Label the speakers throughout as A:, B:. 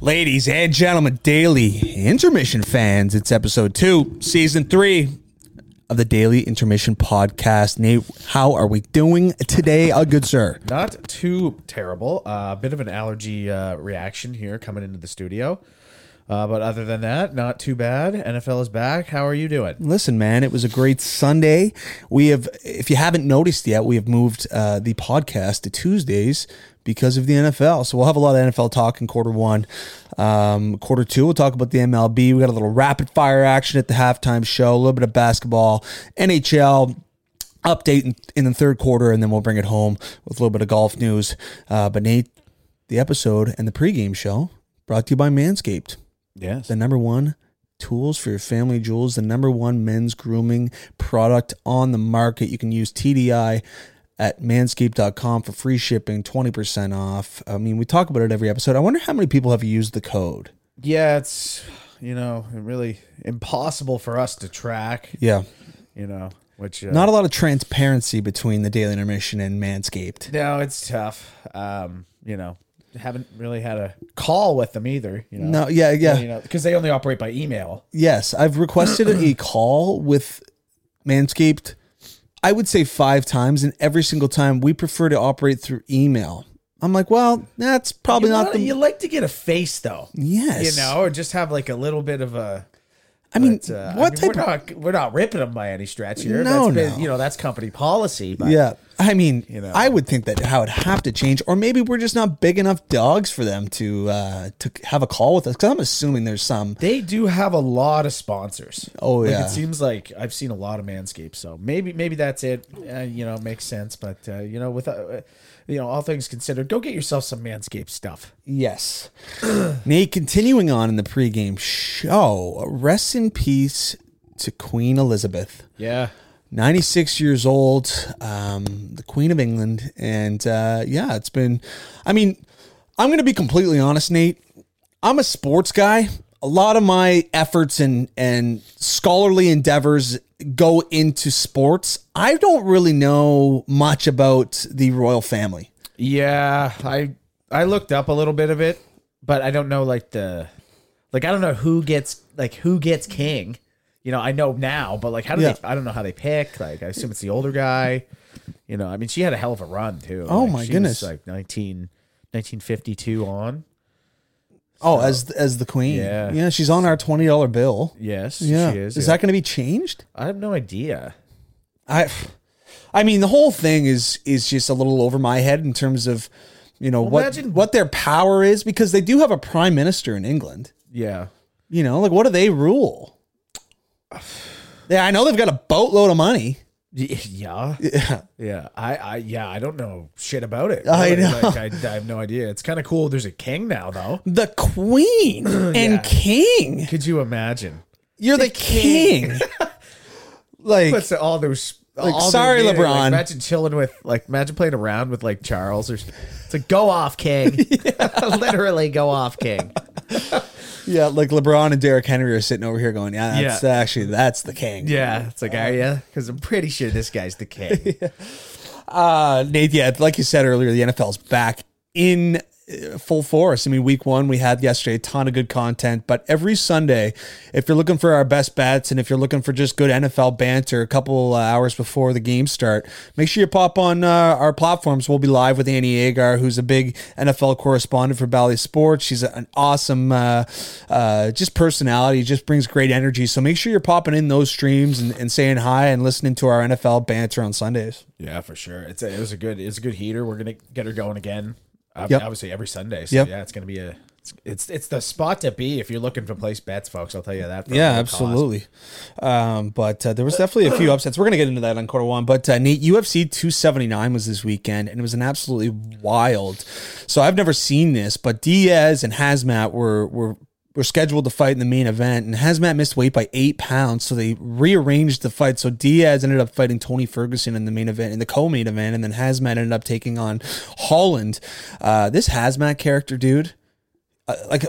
A: Ladies and gentlemen, daily intermission fans, it's episode two, season three of the Daily Intermission Podcast. Nate, how are we doing today, uh, good sir?
B: Not too terrible. A uh, bit of an allergy uh, reaction here coming into the studio. Uh, but other than that, not too bad. NFL is back. How are you doing?
A: Listen, man, it was a great Sunday. We have, if you haven't noticed yet, we have moved uh, the podcast to Tuesdays because of the NFL. So we'll have a lot of NFL talk in quarter one. Um, quarter two, we'll talk about the MLB. We got a little rapid fire action at the halftime show, a little bit of basketball, NHL. Update in, in the third quarter, and then we'll bring it home with a little bit of golf news. Uh, but Nate, the episode and the pregame show brought to you by Manscaped
B: Yes.
A: the number one tools for your family jewels, the number one men's grooming product on the market. You can use TDI at manscaped.com for free shipping, 20% off. I mean, we talk about it every episode. I wonder how many people have used the code.
B: Yeah, it's you know really impossible for us to track.
A: Yeah.
B: You know, which uh,
A: Not a lot of transparency between the daily intermission and Manscaped.
B: No, it's tough. Um, you know, haven't really had a call with them either. You know,
A: No, yeah, yeah.
B: you know, because they only operate by email.
A: Yes, I've requested a call with Manscaped. I would say five times, and every single time we prefer to operate through email. I'm like, well, that's probably
B: You,
A: not
B: wanna-
A: the
B: you like to get a face though.
A: yes.
B: You know, or just have like a little bit of a.
A: I mean,
B: But, uh,
A: what
B: I mean,
A: type
B: we're
A: of
B: not we're not ripping them by any stretch here.
A: No,
B: that's been,
A: no.
B: you know that's company policy. But
A: yeah? I mean,
B: You know.
A: I would think that how it have to change, or maybe we're just not big enough dogs for them to uh, to have a call with us. Because I'm assuming there's some.
B: they do have a lot of sponsors.
A: Oh,
B: Like,
A: yeah.
B: it seems like I've seen a lot of Manscaped. So maybe maybe that's it. Uh, you know, makes sense. But uh, you know, with uh, uh, you know all things considered, go get yourself some Manscaped stuff.
A: Yes. Nate, continuing on in the pregame show, rest in peace to Queen Elizabeth.
B: Yeah,
A: 96 years old, um, the Queen of England. And uh, yeah, it's been, I mean, I'm going to be completely honest, Nate. I'm a sports guy. A lot of my efforts and, and scholarly endeavors go into sports. I don't really know much about the royal family.
B: yeah. I I looked up a little bit of it, but I don't know like the like I don't know who gets like who gets king. You know, I know now, but like how do
A: Yeah.
B: they? I don't know how they pick. Like I assume it's the older guy. You know, I mean, she had a hell of a run too.
A: Oh,
B: Like,
A: my
B: she
A: goodness.
B: was like 19, 1952 on.
A: Oh, as as the queen,
B: Yeah.
A: yeah, she's on our twenty dollar bill.
B: Yes,
A: Yeah,
B: she is.
A: is
B: yeah.
A: that going to be changed?
B: I have no idea.
A: I, I mean, the whole thing is is just a little over my head in terms of, you know, what
B: imagine-
A: what their power is because they do have a prime minister in England.
B: Yeah.
A: You know, like what do they rule? Yeah, I know they've got a boatload of money.
B: Yeah.
A: Yeah,
B: Yeah. I, I yeah, I don't know shit about it.
A: I
B: really.
A: know.
B: Like, I, I have no idea. It's kind of cool. There's a king now though.
A: the queen and
B: Yeah.
A: king.
B: Could you imagine?
A: You're the, king. like
B: What's all those
A: Like,
B: all
A: sorry,
B: those-
A: LeBron.
B: Like, imagine chilling with like imagine playing around with like Charles or it's like go off king. Literally go off king.
A: yeah, like LeBron and Derrick Henry are sitting over here going, yeah, that's
B: Yeah.
A: actually that's the king.
B: Yeah. It's like, are you? Because I'm pretty sure this guy's the king.
A: Uh, Nate, yeah, like you said earlier, the NFL's back in uh, full force. I mean, week one, we had yesterday a ton of good content, but every Sunday, if you're looking for our best bets and if you're looking for just good NFL banter a couple uh, hours before the game start, make sure you pop on uh, our platforms. We'll be live with Annie Agar, who's a big NFL correspondent for Bally Sports. She's an awesome, uh, uh, just personality, just brings great energy. So make sure you're popping in those streams and, and saying hi and listening to our NFL banter on Sundays.
B: Yeah, for sure. It's a, it was a good it's a good heater. We're gonna get her going again. Ob-
A: Yep.
B: Obviously every Sunday. So
A: Yep.
B: yeah, it's gonna be a It's it's, it's the spot to be if you're looking for place bets, folks. I'll tell you that. for
A: Yeah,
B: a low
A: absolutely. Um, but uh, there was definitely a few upsets. We're going to get into that on quarter one. But uh, Nate, UFC 279 was this weekend, and it was an absolutely wild. So I've never seen this, but Diaz and Hazmat were were were scheduled to fight in the main event, and Hazmat missed weight by eight pounds, so they rearranged the fight. So Diaz ended up fighting Tony Ferguson in the main event, in the co-main event, and then Hazmat ended up taking on Holland. Uh, this Hazmat character, dude like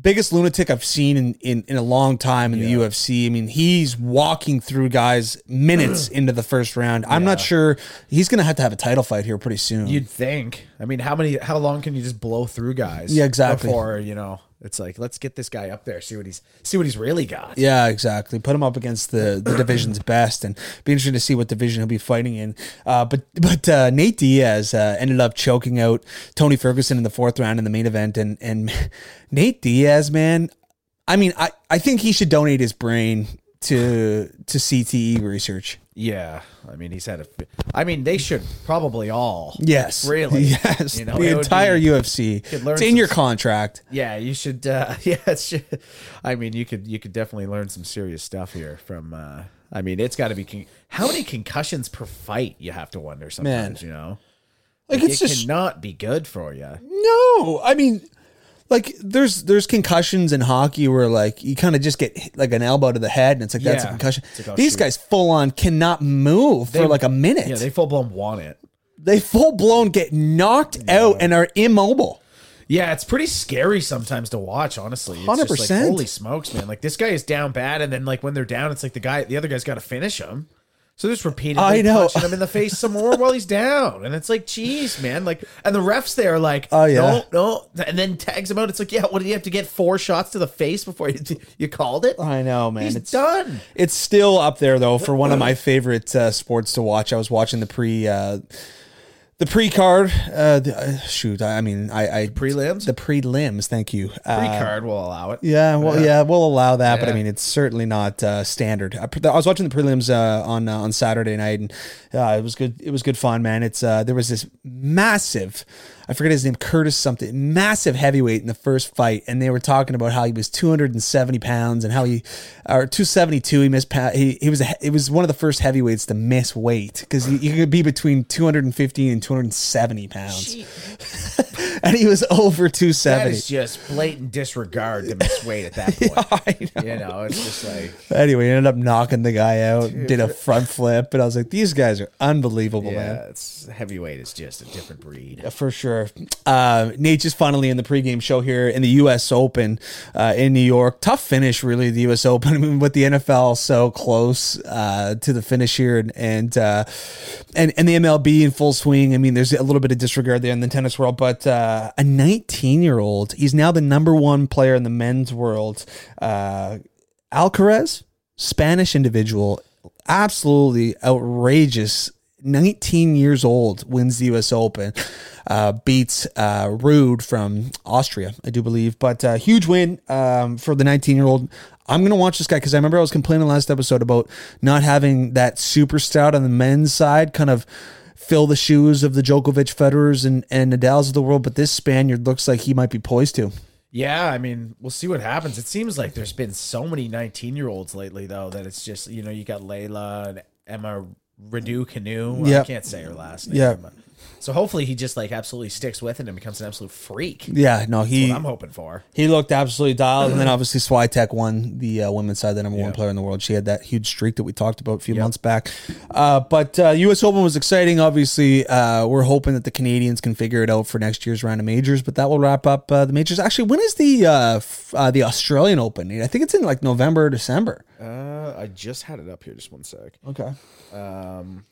A: biggest lunatic I've seen in, in, in a long time in the UFC. I mean, he's walking through guys minutes into the first round. I'm not sure he's going to have to have a title fight here pretty soon.
B: You'd think. I mean, how many? How long can you just blow through guys?
A: Yeah, exactly.
B: Before you know, it's like let's get this guy up there, see what he's see what he's really got.
A: yeah, exactly. Put him up against the, the division's best, and be interesting to see what division he'll be fighting in. Uh, but but uh, Nate Diaz uh, ended up choking out Tony Ferguson in the fourth round in the main event, and and Nate Diaz, man, I mean, I, I think he should donate his brain to to CTE research.
B: Yeah. I mean, he's had a. I mean, they should probably all.
A: Yes.
B: Really?
A: Yes.
B: You know, it
A: the
B: would
A: entire
B: be-
A: UFC.
B: could learn
A: It's in
B: some
A: your
B: s-
A: contract.
B: Yeah, you should. Uh, yeah, it's ju- I mean, you could you could definitely learn some serious stuff here from. Uh, I mean, it's got to be con- how many concussions per fight you have to wonder sometimes. You know,
A: Like
B: it
A: it's just
B: cannot be good for you.
A: no. I mean, like there's there's concussions in hockey where like you kind of just get hit, like an elbow to the head and it's like that's a
B: Yeah.
A: concussion.
B: like, oh,
A: These
B: shoot.
A: guys full on cannot move for like a minute.
B: Yeah, they
A: they,
B: full blown want it.
A: full blown get knocked out and are immobile.
B: Yeah, it's pretty scary sometimes to watch, honestly. It's just
A: 100%.
B: like, holy smokes, man. Like this guy is down bad, and then like when they're down, it's like the guy the other guy's gotta finish him. So there's repeatedly
A: I know.
B: punching him in the face some more while he's down. And it's like, geez, man. Like and the refs there are like,
A: Oh, yeah.
B: no, no. And then tags him out. It's like, yeah, what did you have to get? Four shots to the face before you, you called it?
A: I know, Oh, man.
B: He's
A: it's
B: done.
A: It's still up there though for one of my favorite uh, sports to watch. I was watching the pre uh, the pre card. Uh, the- uh, shoot, I, I mean, I, I
B: Prelims?
A: the prelims. Thank you.
B: Free
A: Uh,
B: card will allow it.
A: yeah, well, yeah, we'll allow that, but I
B: Yeah.
A: mean, it's certainly not uh, standard. I, pre- I was watching the prelims uh, on uh, on Saturday night, and uh, it was good. It was good fun, man. It's uh, there was this massive, I forget his name, Curtis something, massive heavyweight in the first fight, and they were talking about how he was 270 pounds and how he, or 272, he missed. pa- He he was a, he- it was one of the first heavyweights to miss weight because you, you could be between 215 and 270 pounds, and he was over 270.
B: That is just blatant disregard to miss weight at that point. You know, it's just like
A: Anyway, he ended up knocking the guy out, did a front flip, and I was like, these guys are unbelievable, Oh, man.
B: Yeah, it's heavyweight is just a different breed.
A: For sure. Uh, Nate just finally in the pregame show here in the U.S. Open uh, in New York. Tough finish, really, the U.S. Open I mean, with the NFL so close uh, to the finish here, and and, uh, and and the MLB in full swing. I mean, there's a little bit of disregard there in the tennis world, but uh, a 19 year old, he's now the number one player in the men's world. Uh, Alcaraz, Spanish individual, absolutely outrageous. 19 years old, wins the U.S. Open, uh, beats uh, Rude from Austria, I do believe. But uh, huge win um, for the 19 year old. I'm gonna watch this guy because I remember I was complaining last episode about not having that super stout on the men's side, kind of fill the shoes of the Djokovic, Federers, and and Nadal's of the world. But this Spaniard looks like he might be poised to.
B: Yeah, I mean, we'll see what happens. It seems like there's been so many 19 year olds lately, though, that it's just, you know, you got Layla and Emma Redu Canoe. Well,
A: Yep.
B: I can't say her last name.
A: Yep.
B: So hopefully he just like absolutely sticks with it and becomes an absolute freak.
A: Yeah, no, he.
B: I'm hoping for.
A: He looked absolutely dialed, and then obviously Swiatek won the uh, women's side, the number one player in the world. She had that huge streak that we talked about a few months back. Uh, but uh, U.S. Open was exciting. Obviously, uh, we're hoping that the Canadians can figure it out for next year's round of majors. But that will wrap up uh, the majors. Actually, when is the uh, f- uh, the Australian Open? I think it's in like November or December.
B: Uh, I just had it up here. Just one sec.
A: Okay.
B: Um,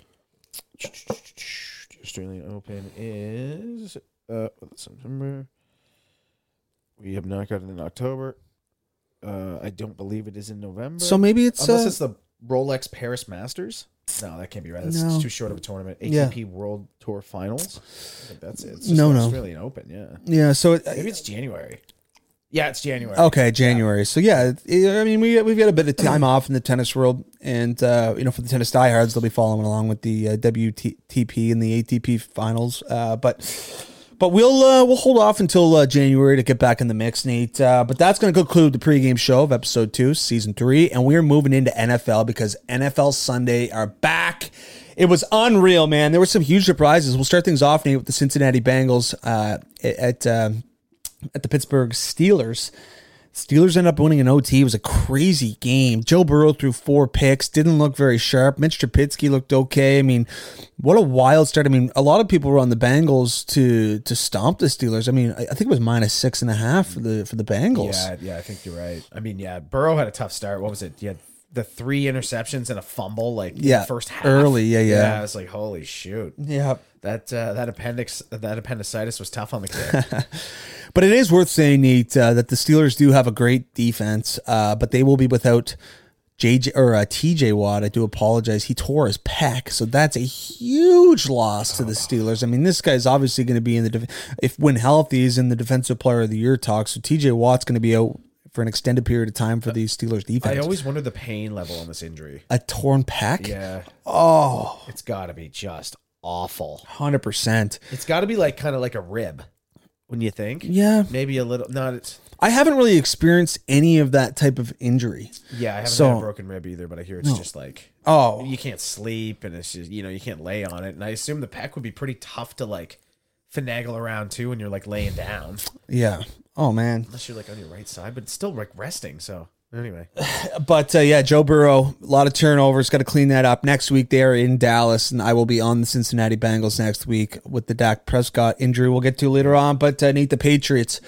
B: Australian Open is uh, September. We have not gotten in October. Uh, I don't believe it is in November.
A: So maybe it's,
B: unless
A: uh,
B: it's the Rolex Paris Masters. No, that can't be right. That's
A: No.
B: too short of a tournament.
A: Yeah.
B: ATP World Tour Finals. I think that's it. It's
A: No,
B: the
A: no.
B: Australian Open. Yeah,
A: Yeah. So it,
B: maybe it's January. Yeah, it's January.
A: Okay, January. So yeah, it- I mean we we've got a bit of time off in the tennis world, and uh, you know for the tennis diehards they'll be following along with the uh, WTP and the ATP finals. Uh, but But we'll uh, we'll hold off until uh, January to get back in the mix, Nate. Uh, but that's going to conclude the pregame show of episode two, season three, and we are moving into NFL because NFL Sunday are back. It was unreal, man. There were some huge surprises. We'll start things off, Nate, with the Cincinnati Bengals uh, at um at the Pittsburgh Steelers. Steelers end up winning an OT. It was a crazy game. Joe Burrow threw four picks, didn't look very sharp. Mitch Trubisky looked okay. I mean, what a wild start. I mean, a lot of people were on the Bengals to to stomp the Steelers. I mean, I I think it was minus six and a half for the for the Bengals.
B: Yeah, yeah, I think you're right. I mean, yeah, Burrow had a tough start. What was it? He had the three interceptions and a fumble, like in
A: Yeah,
B: the first half.
A: early, yeah, yeah.
B: Yeah, I was like, holy shoot.
A: yeah.
B: That uh, that appendix that appendicitis was tough on the kid.
A: But it is worth saying, Nate, uh, that the Steelers do have a great defense, uh, but they will be without JJ or uh, TJ Watt. I do apologize. He tore his pec, so that's a huge loss to the Steelers. I mean, this guy's obviously going to be in the def- if when healthy is in the defensive player of the year talk. So TJ Watt's going to be out for an extended period of time for the Steelers
B: I
A: defense.
B: always wonder the pain level on this injury.
A: a torn pec,
B: Yeah,
A: oh,
B: it's got to be just awful.
A: 100 percent.
B: It's got to be like kind of like a rib, wouldn't you think?
A: Yeah,
B: Maybe a little. Not. It's,
A: I haven't really experienced any of that type of injury.
B: yeah, I haven't
A: So-
B: had a broken rib either, but I hear it's just like
A: Oh,
B: you can't sleep and it's just you know you can't lay on it. And I assume the pec would be pretty tough to like finagle around too when you're like laying down,
A: yeah. Oh man.
B: unless you're like on your right side, but it's still like resting. So anyway,
A: But uh, yeah, Joe Burrow, a lot of turnovers. Got to clean that up next week. They are in Dallas, and I will be on the Cincinnati Bengals next week with the Dak Prescott injury. We'll get to later on. But uh, Nate, the Patriots,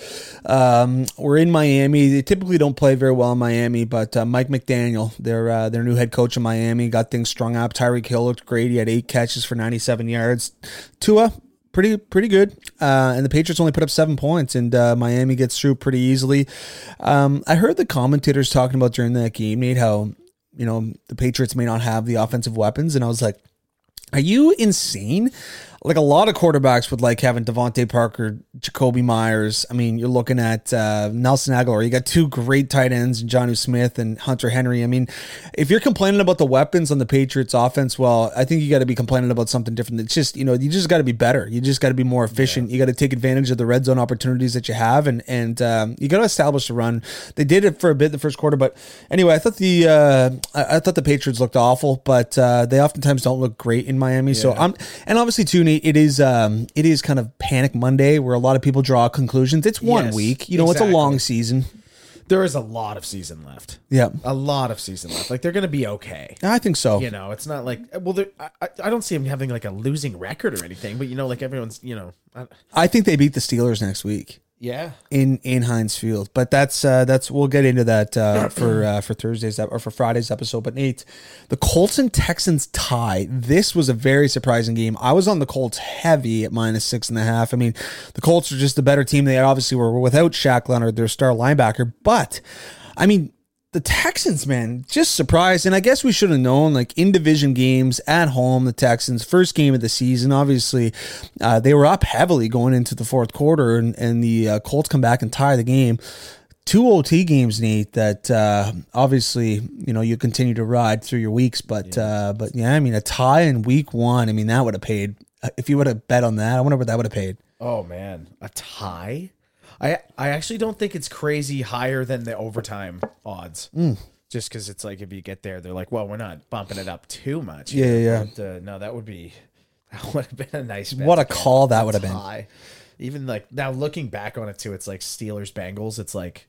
A: um, we're in Miami. They typically don't play very well in Miami, but uh, Mike McDaniel, their uh, their new head coach in Miami, got things strung up. Tyreek Hill looked great. He had eight catches for ninety seven yards. Tua. Pretty, pretty good, uh, and the Patriots only put up seven points, and uh, Miami gets through pretty easily. Um, I heard the commentators talking about during that game, Nate, how you know the Patriots may not have the offensive weapons, and I was like, "Are you insane?" Like a lot of quarterbacks would like having Devonte Parker, Jacoby Myers. I mean, you're looking at uh, Nelson Aguilar. You got two great tight ends, and Johnny Smith and Hunter Henry. I mean, if you're complaining about the weapons on the Patriots offense, well, I think you got to be complaining about something different. It's just you know you just got to be better. You just got to be more efficient. You got to take advantage of the red zone opportunities that you have, and and um, you got to establish the run. They did it for a bit in the first quarter, but anyway, I thought the uh, I, I thought the Patriots looked awful, but uh, they oftentimes don't look great in Miami. So I'm and obviously too Nate, it is um, it is kind of panic Monday where a lot of people draw conclusions. It's one
B: Yes,
A: week, you know, it's a
B: exactly.
A: long season.
B: there is a lot of season left.
A: Yeah,
B: A lot of season left. Like they're gonna be okay.
A: I think so.
B: You know, it's not like well, they're- I, I I don't see him having like a losing record or anything. But you know, like everyone's, you know, I,
A: I think they beat the Steelers next week.
B: yeah,
A: in in Heinz Field. But that's uh, that's we'll get into that uh, for uh, for Thursday's ep- or for Friday's episode. But Nate, the Colts and Texans tie. This was a very surprising game. I was on the Colts heavy at minus six and a half. I mean, the Colts are just the better team. They obviously were without Shaq Leonard, their star linebacker. But I mean. The Texans, man, just surprised. And I guess we should have known, like in division games at home, the Texans, first game of the season, obviously, uh, they were up heavily going into the fourth quarter, and, and the uh, Colts come back and tie the game. Two OT games, Nate, that uh, obviously, you know, you continue to ride through your weeks. But, uh, but yeah, I mean, a tie in week one, I mean, that would have paid. uh, If you would have bet on that, I wonder what that would have paid.
B: Oh man, a tie? I I actually don't think it's crazy higher than the overtime odds.
A: Hmm.
B: Just because it's like if you get there, they're like, well, we're not bumping it up too much.
A: Yeah, yeah, yeah.
B: But, uh, no, that would be that would have been a nice. Bet
A: What a
B: to get
A: call that would have been.
B: tie. Even like now, looking back on it too, it's like Steelers Bengals. It's like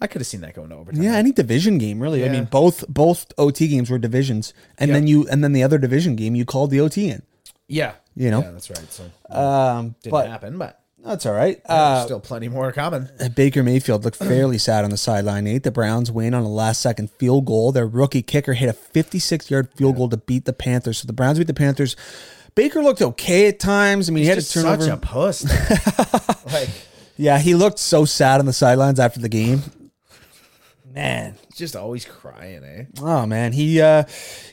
B: I could have seen that going to overtime.
A: Yeah, any division game, really. I
B: Yeah.
A: mean, both both OT games were divisions, and then you and then the other division game you called the OT in.
B: yeah,
A: You know?
B: yeah, that's right. So
A: Um,
B: didn't
A: but
B: happen, but
A: that's all right. Uh,
B: still plenty more coming.
A: Baker Mayfield looked fairly sad on the sideline. Nate, the Browns win on a last second field goal. Their rookie kicker hit a 56 yard field goal to beat the Panthers. So the Browns beat the Panthers. Baker looked okay at times. I mean, he had a
B: Just such
A: turnover.
B: a puss. though. like
A: yeah, he looked so sad on the sidelines after the game. Man,
B: just always crying, eh?
A: Oh man, he uh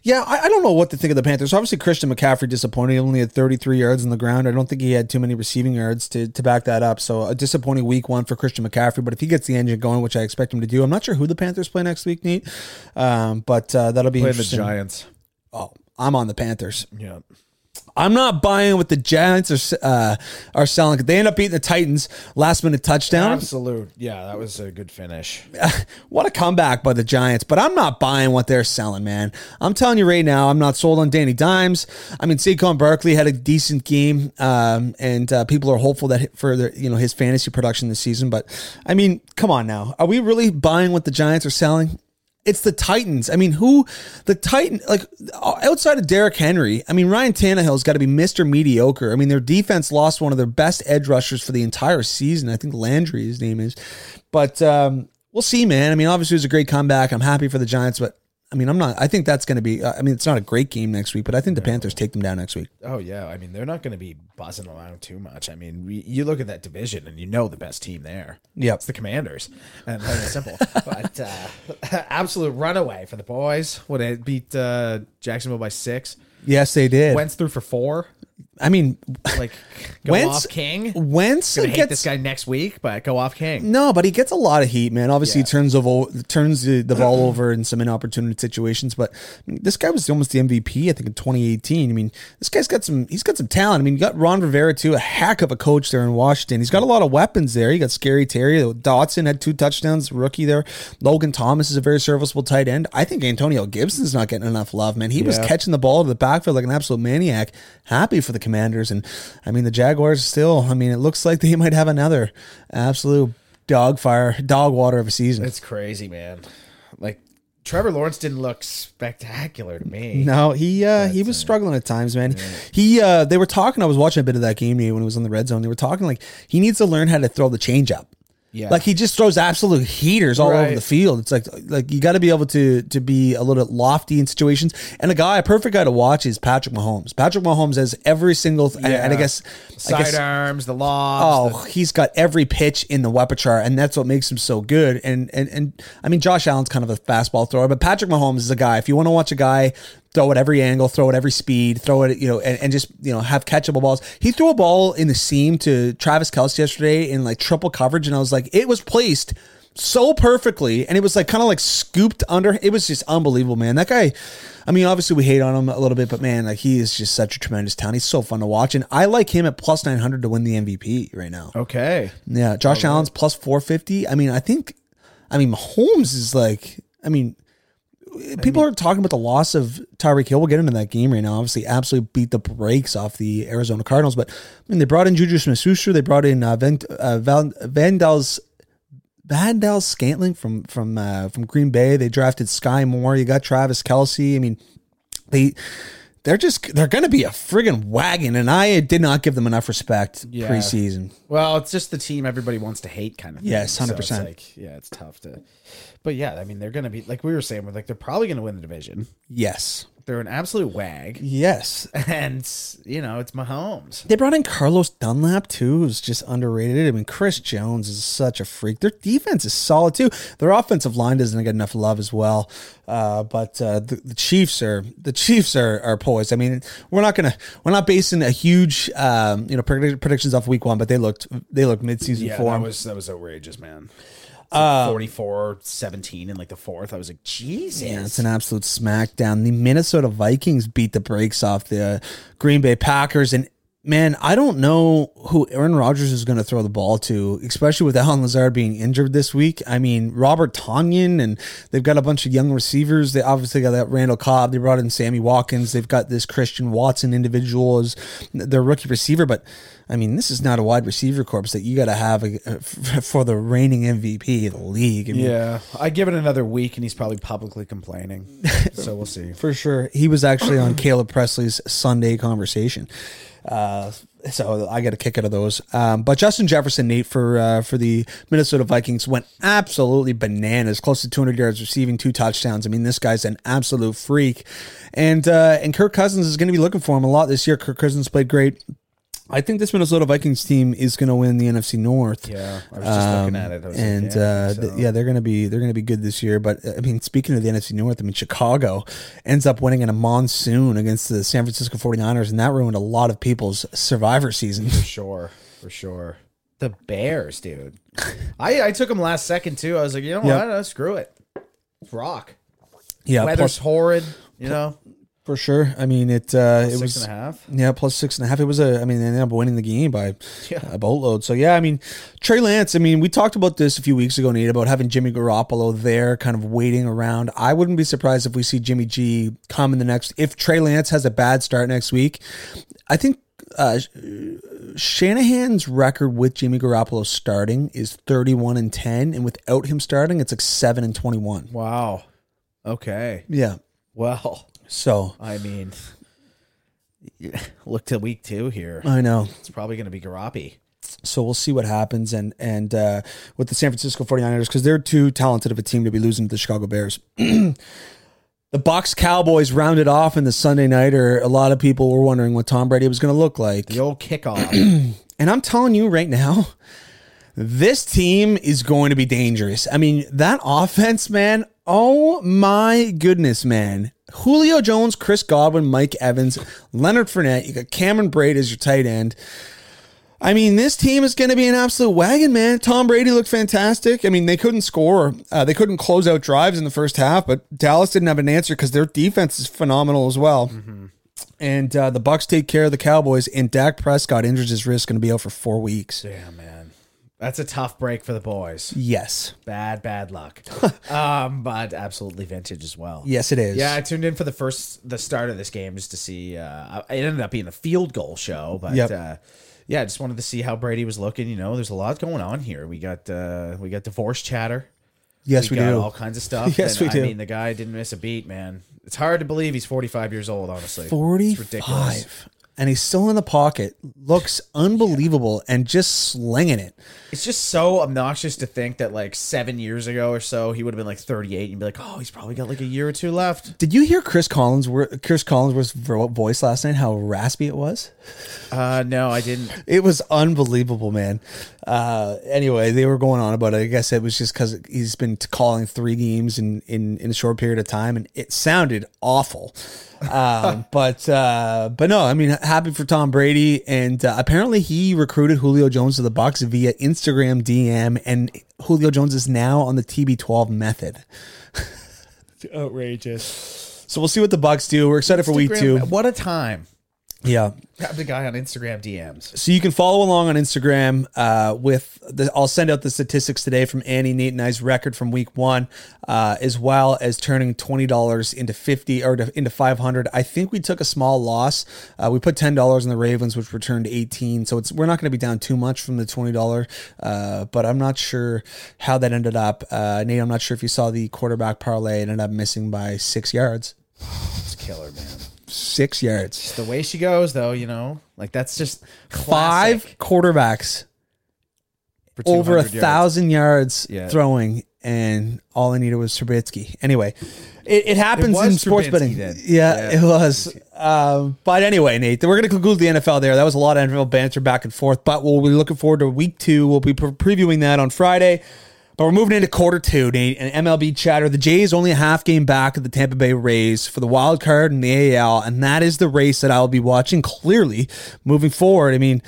A: yeah, I, I don't know what to think of the Panthers. Obviously Christian McCaffrey disappointed. He only had 33 yards on the ground. I don't think he had too many receiving yards to, to back that up. So a disappointing week one for Christian McCaffrey, but if he gets the engine going, which I expect him to do, I'm not sure who the Panthers play next week, Nate. Um, but uh, that'll be
B: Playing the
A: interesting.
B: Giants.
A: Oh, I'm on the Panthers.
B: Yeah.
A: I'm not buying what the Giants are uh, are selling. They end up beating the Titans last minute touchdown.
B: Absolute. Yeah, that was a good finish.
A: What a comeback by the Giants, but I'm not buying what they're selling, man. I'm telling you right now, I'm not sold on Danny Dimes. I mean, Saquon Barkley had a decent game, um, and uh, people are hopeful that for their, you know his fantasy production this season. But I mean, come on now, are we really buying what the Giants are selling? It's the Titans. I mean, who the Titan like outside of Derrick Henry? I mean, Ryan Tannehill's got to be Mister Mediocre. I mean, their defense lost one of their best edge rushers for the entire season. I think Landry, his name is, but um, we'll see, man. I mean, obviously it was a great comeback. I'm happy for the Giants, but I mean, I'm not. I think that's going to be. uh, I mean, it's not a great game next week, but I think the Panthers take them down next week.
B: Oh yeah, I mean they're not going to be buzzing around too much. I mean, we, you look at that division and you know the best team there.
A: Yep.
B: it's the Commanders, and plain and simple. but uh, absolute runaway for the boys. When it beat uh, Jacksonville by six,
A: Yes, they did.
B: Wentz through for four.
A: I mean,
B: Like go
A: Wentz-
B: off King.
A: Wentz
B: Gonna hate
A: gets
B: this guy next week, but go off King.
A: No, but he gets a lot of heat, man. Obviously,
B: Yeah.
A: he turns over, turns the, the ball over in some inopportune situations. But I mean, this guy was almost the MVP, I think, in 2018. I mean, this guy's got some. He's got some talent. I mean, you got Ron Rivera too, a heck of a coach there in Washington. He's got a lot of weapons there. You got Scary Terry. uh, Dotson had two touchdowns, rookie there. Logan Thomas is a very serviceable tight end. I think Antonio Gibson's not getting enough love, man. He was
B: Yeah.
A: catching the ball to the backfield like an absolute maniac. Happy for the Commanders, and I mean the Jaguars still. I mean, it looks like they might have another absolute dog fire, dog water of a season.
B: It's crazy, man. Like Trevor Lawrence didn't look spectacular to me.
A: no, he uh, he was struggling at times, man. He uh, they were talking. I was watching a bit of that game when it was on the red zone. They were talking like he needs to learn how to throw the change up.
B: Yeah,
A: Like he just throws absolute heaters all over
B: Right.
A: the field. It's like like you got to be able to to be a little bit lofty in situations. And a guy, a perfect guy to watch is Patrick Mahomes. Patrick Mahomes has every single th- and- and I
B: Yeah.
A: guess I guess
B: sidearms, the lobs.
A: oh he's got every pitch in the weapon chart, and that's what makes him so good. And and and I mean Josh Allen's kind of a fastball thrower, but Patrick Mahomes is a guy. If you want to watch a guy throw at every angle, throw at every speed, throw it you know, and, and just you know have catchable balls. He threw a ball in the seam to Travis Kelce yesterday in like triple coverage, and I was like, it was placed so perfectly and it was like kind of like scooped under it was just unbelievable man that guy i mean obviously we hate on him a little bit but man like he is just such a tremendous talent he's so fun to watch and i like him at plus 900 to win the mvp right now
B: the- okay.
A: yeah josh allen's plus 450 i mean i think i mean Mahomes is like i mean people are talking about the loss of Tyreek Hill. We'll get into that game right now. Obviously, absolutely beat the brakes off the Arizona Cardinals. But I mean, they brought in Juju Smith-Schuster. They brought in uh, Van, uh, Val, Vandals. Vandal Scantling from from uh, from Green Bay. They drafted Sky Moore. You got Travis Kelsey. I mean, they they're just they're going to be a friggin' wagon. And I did not give them enough respect
B: Yeah.
A: preseason.
B: Well, it's just the team everybody wants to hate, kind of. thing.
A: Yes,
B: So it's
A: 100%.
B: like, yeah, it's tough to. But yeah, I mean, they're going to be like we were saying. We're like they're probably going to win the division.
A: Yes,
B: They're an absolute wag,
A: yes.
B: and you know it's Mahomes.
A: They brought in Carlos Dunlap too, who's just underrated. I mean, Chris Jones is such a freak. Their defense is solid too. Their offensive line doesn't get enough love as well. Uh, but uh, the, the Chiefs are the Chiefs are, are poised. I mean, we're not gonna we're not basing a huge um, you know predict- predictions off week one, but they looked they looked midseason
B: Yeah,
A: form. Uh,
B: that was that was outrageous, man. It's like 44 17 in like the fourth. I was like, Jesus.
A: Yeah, it's an absolute smackdown. The Minnesota Vikings beat the brakes off the uh, Green Bay Packers. And man, I don't know who Aaron Rodgers is going to throw the ball to, especially with Alan Lazard being injured this week. I mean, Robert Tanyan, and they've got a bunch of young receivers. They obviously got that Randall Cobb. They brought in Sammy Watkins. They've got this Christian Watson individual as their rookie receiver. But I mean, this is not a wide receiver corpse that you got to have uh, f- for the reigning MVP of the league. I mean,
B: Yeah, I give it another week, and he's probably publicly complaining. so we'll see.
A: for sure. He was actually on Caleb Presley's Sunday conversation. Uh, so I got a kick out of those. Um, but Justin Jefferson, Nate, for uh, for the Minnesota Vikings, went absolutely bananas, close to 200 yards receiving, two touchdowns. I mean, this guy's an absolute freak. And uh, and Kirk Cousins is going to be looking for him a lot this year. Kirk Cousins played great. I think this Minnesota Vikings team is going to win the NFC North.
B: Yeah, I was just looking at it. I was like,
A: Um, and
B: yeah,
A: uh, th-
B: so-
A: yeah, they're gonna be they're gonna be good this year. But uh, I mean, speaking of the NFC North, I mean Chicago ends up winning in a monsoon against the San Francisco 49ers, and that ruined a lot of people's Survivor season.
B: For sure. For sure. The Bears, dude. I, I took them last second, too. I was like, you know
A: Yep.
B: what? No, screw it. It's rock.
A: yeah, plus,
B: Weather's horrid, you know?
A: for sure. I mean, it uh, it was
B: six and a half.
A: Yeah, plus six and a half. It was a. I mean, they ended up winning the game by a boatload. So yeah, I mean, Trey Lance. I mean, we talked about this a few weeks ago, Nate, about having Jimmy Garoppolo there, kind of waiting around. I wouldn't be surprised if we see Jimmy G come in the next. If Trey Lance has a bad start next week, I think uh, Shanahan's record with Jimmy Garoppolo starting is thirty-one and ten, and without him starting, it's like seven and twenty-one.
B: Wow. Okay.
A: Yeah.
B: Well,
A: So
B: I mean, look to week two here.
A: I know.
B: It's probably going to be Garoppi.
A: So we'll see what happens and and uh, with the San Francisco 49ers because they're too talented of a team to be losing to the Chicago Bears. the Bucks Cowboys rounded off in the Sunday nighter. A lot of people were wondering what Tom Brady was going to look like.
B: The old kickoff.
A: And I'm telling you right now, this team is going to be dangerous. I mean, that offense, man. Oh my goodness, man. Julio Jones, Chris Godwin, Mike Evans, Leonard Fournette. You got Cameron Braid as your tight end. I mean, this team is going to be an absolute wagon, man. Tom Brady looked fantastic. I mean, they couldn't score, uh, they couldn't close out drives in the first half, but Dallas didn't have an answer because their defense is phenomenal as well. And uh, the Bucks take care of the Cowboys, and Dak Prescott injures his wrist, going to be out for four weeks.
B: Damn, man. That's a tough break for the boys.
A: Yes,
B: Bad, bad luck. um, but absolutely vintage as well.
A: yes, it is.
B: Yeah, I tuned in for the first the start of this game just to see. Uh, it ended up being a field goal show, but
A: Yep.
B: uh, yeah, I just wanted to see how Brady was looking. You know, there's a lot going on here. We got uh, we got divorce chatter.
A: yes, we,
B: got
A: do.
B: all kinds of stuff.
A: Yes,
B: and,
A: we do.
B: I mean, the guy didn't miss a beat, man. It's hard to believe he's 45 years old. Honestly, It's ridiculous.
A: Forty-five, and he's still in the pocket. Looks unbelievable, and just slinging it.
B: It's just so obnoxious to think that like seven years ago or so he would have been like 38 and be like, oh, he's probably got like a year or two left.
A: Did you hear Chris Collins? Chris Collinsworth's vo- voice last night? How raspy it was.
B: Uh, no, I didn't.
A: It was unbelievable, man. Uh, anyway, they were going on about it. I guess it was just because he's been t- calling three games in, in in a short period of time, and it sounded awful. Um, but uh, but no, I mean, happy for Tom Brady, and uh, apparently he recruited Julio Jones to the Bucks via Instagram DM, and Julio Jones is now on the TB12 method.
B: Outrageous.
A: So we'll see what the Bucks do. We're excited for week two.
B: What a time.
A: Yeah.
B: Grab the guy on Instagram DMs.
A: So you can follow along on Instagram uh, with the, I'll send out the statistics today from Annie, Nate, and I's record from week one, uh, as well as turning twenty dollars into fifty or to, into five hundred. I think we took a small loss. Uh, we put ten dollars in the Ravens, which returned eighteen. So it's we're not going to be down too much from the twenty dollar. Uh, but I'm not sure how that ended up. Uh, Nate, I'm not sure if you saw the quarterback parlay it ended up missing by six yards.
B: It's killer, man.
A: Six yards.
B: The way she goes, though, you know, like that's just classic
A: Five quarterbacks
B: for
A: over a
B: 200 yards.
A: thousand yards
B: Yeah.
A: throwing, and all I needed was Trubisky. Anyway, it, it happens
B: was
A: in sports
B: Trubisky
A: betting.
B: then.
A: Yeah,
B: Yeah.
A: it was. Um, but anyway, Nate, we're going to conclude the NFL there. That was a lot of NFL banter back and forth, but we'll be looking forward to week two. We'll be pre- previewing that on Friday. But we're moving into quarter two, Nate, and MLB chatter. The Jays only a half game back of the Tampa Bay Rays for the wild card and the AL, and that is the race that I'll be watching clearly moving forward. I mean,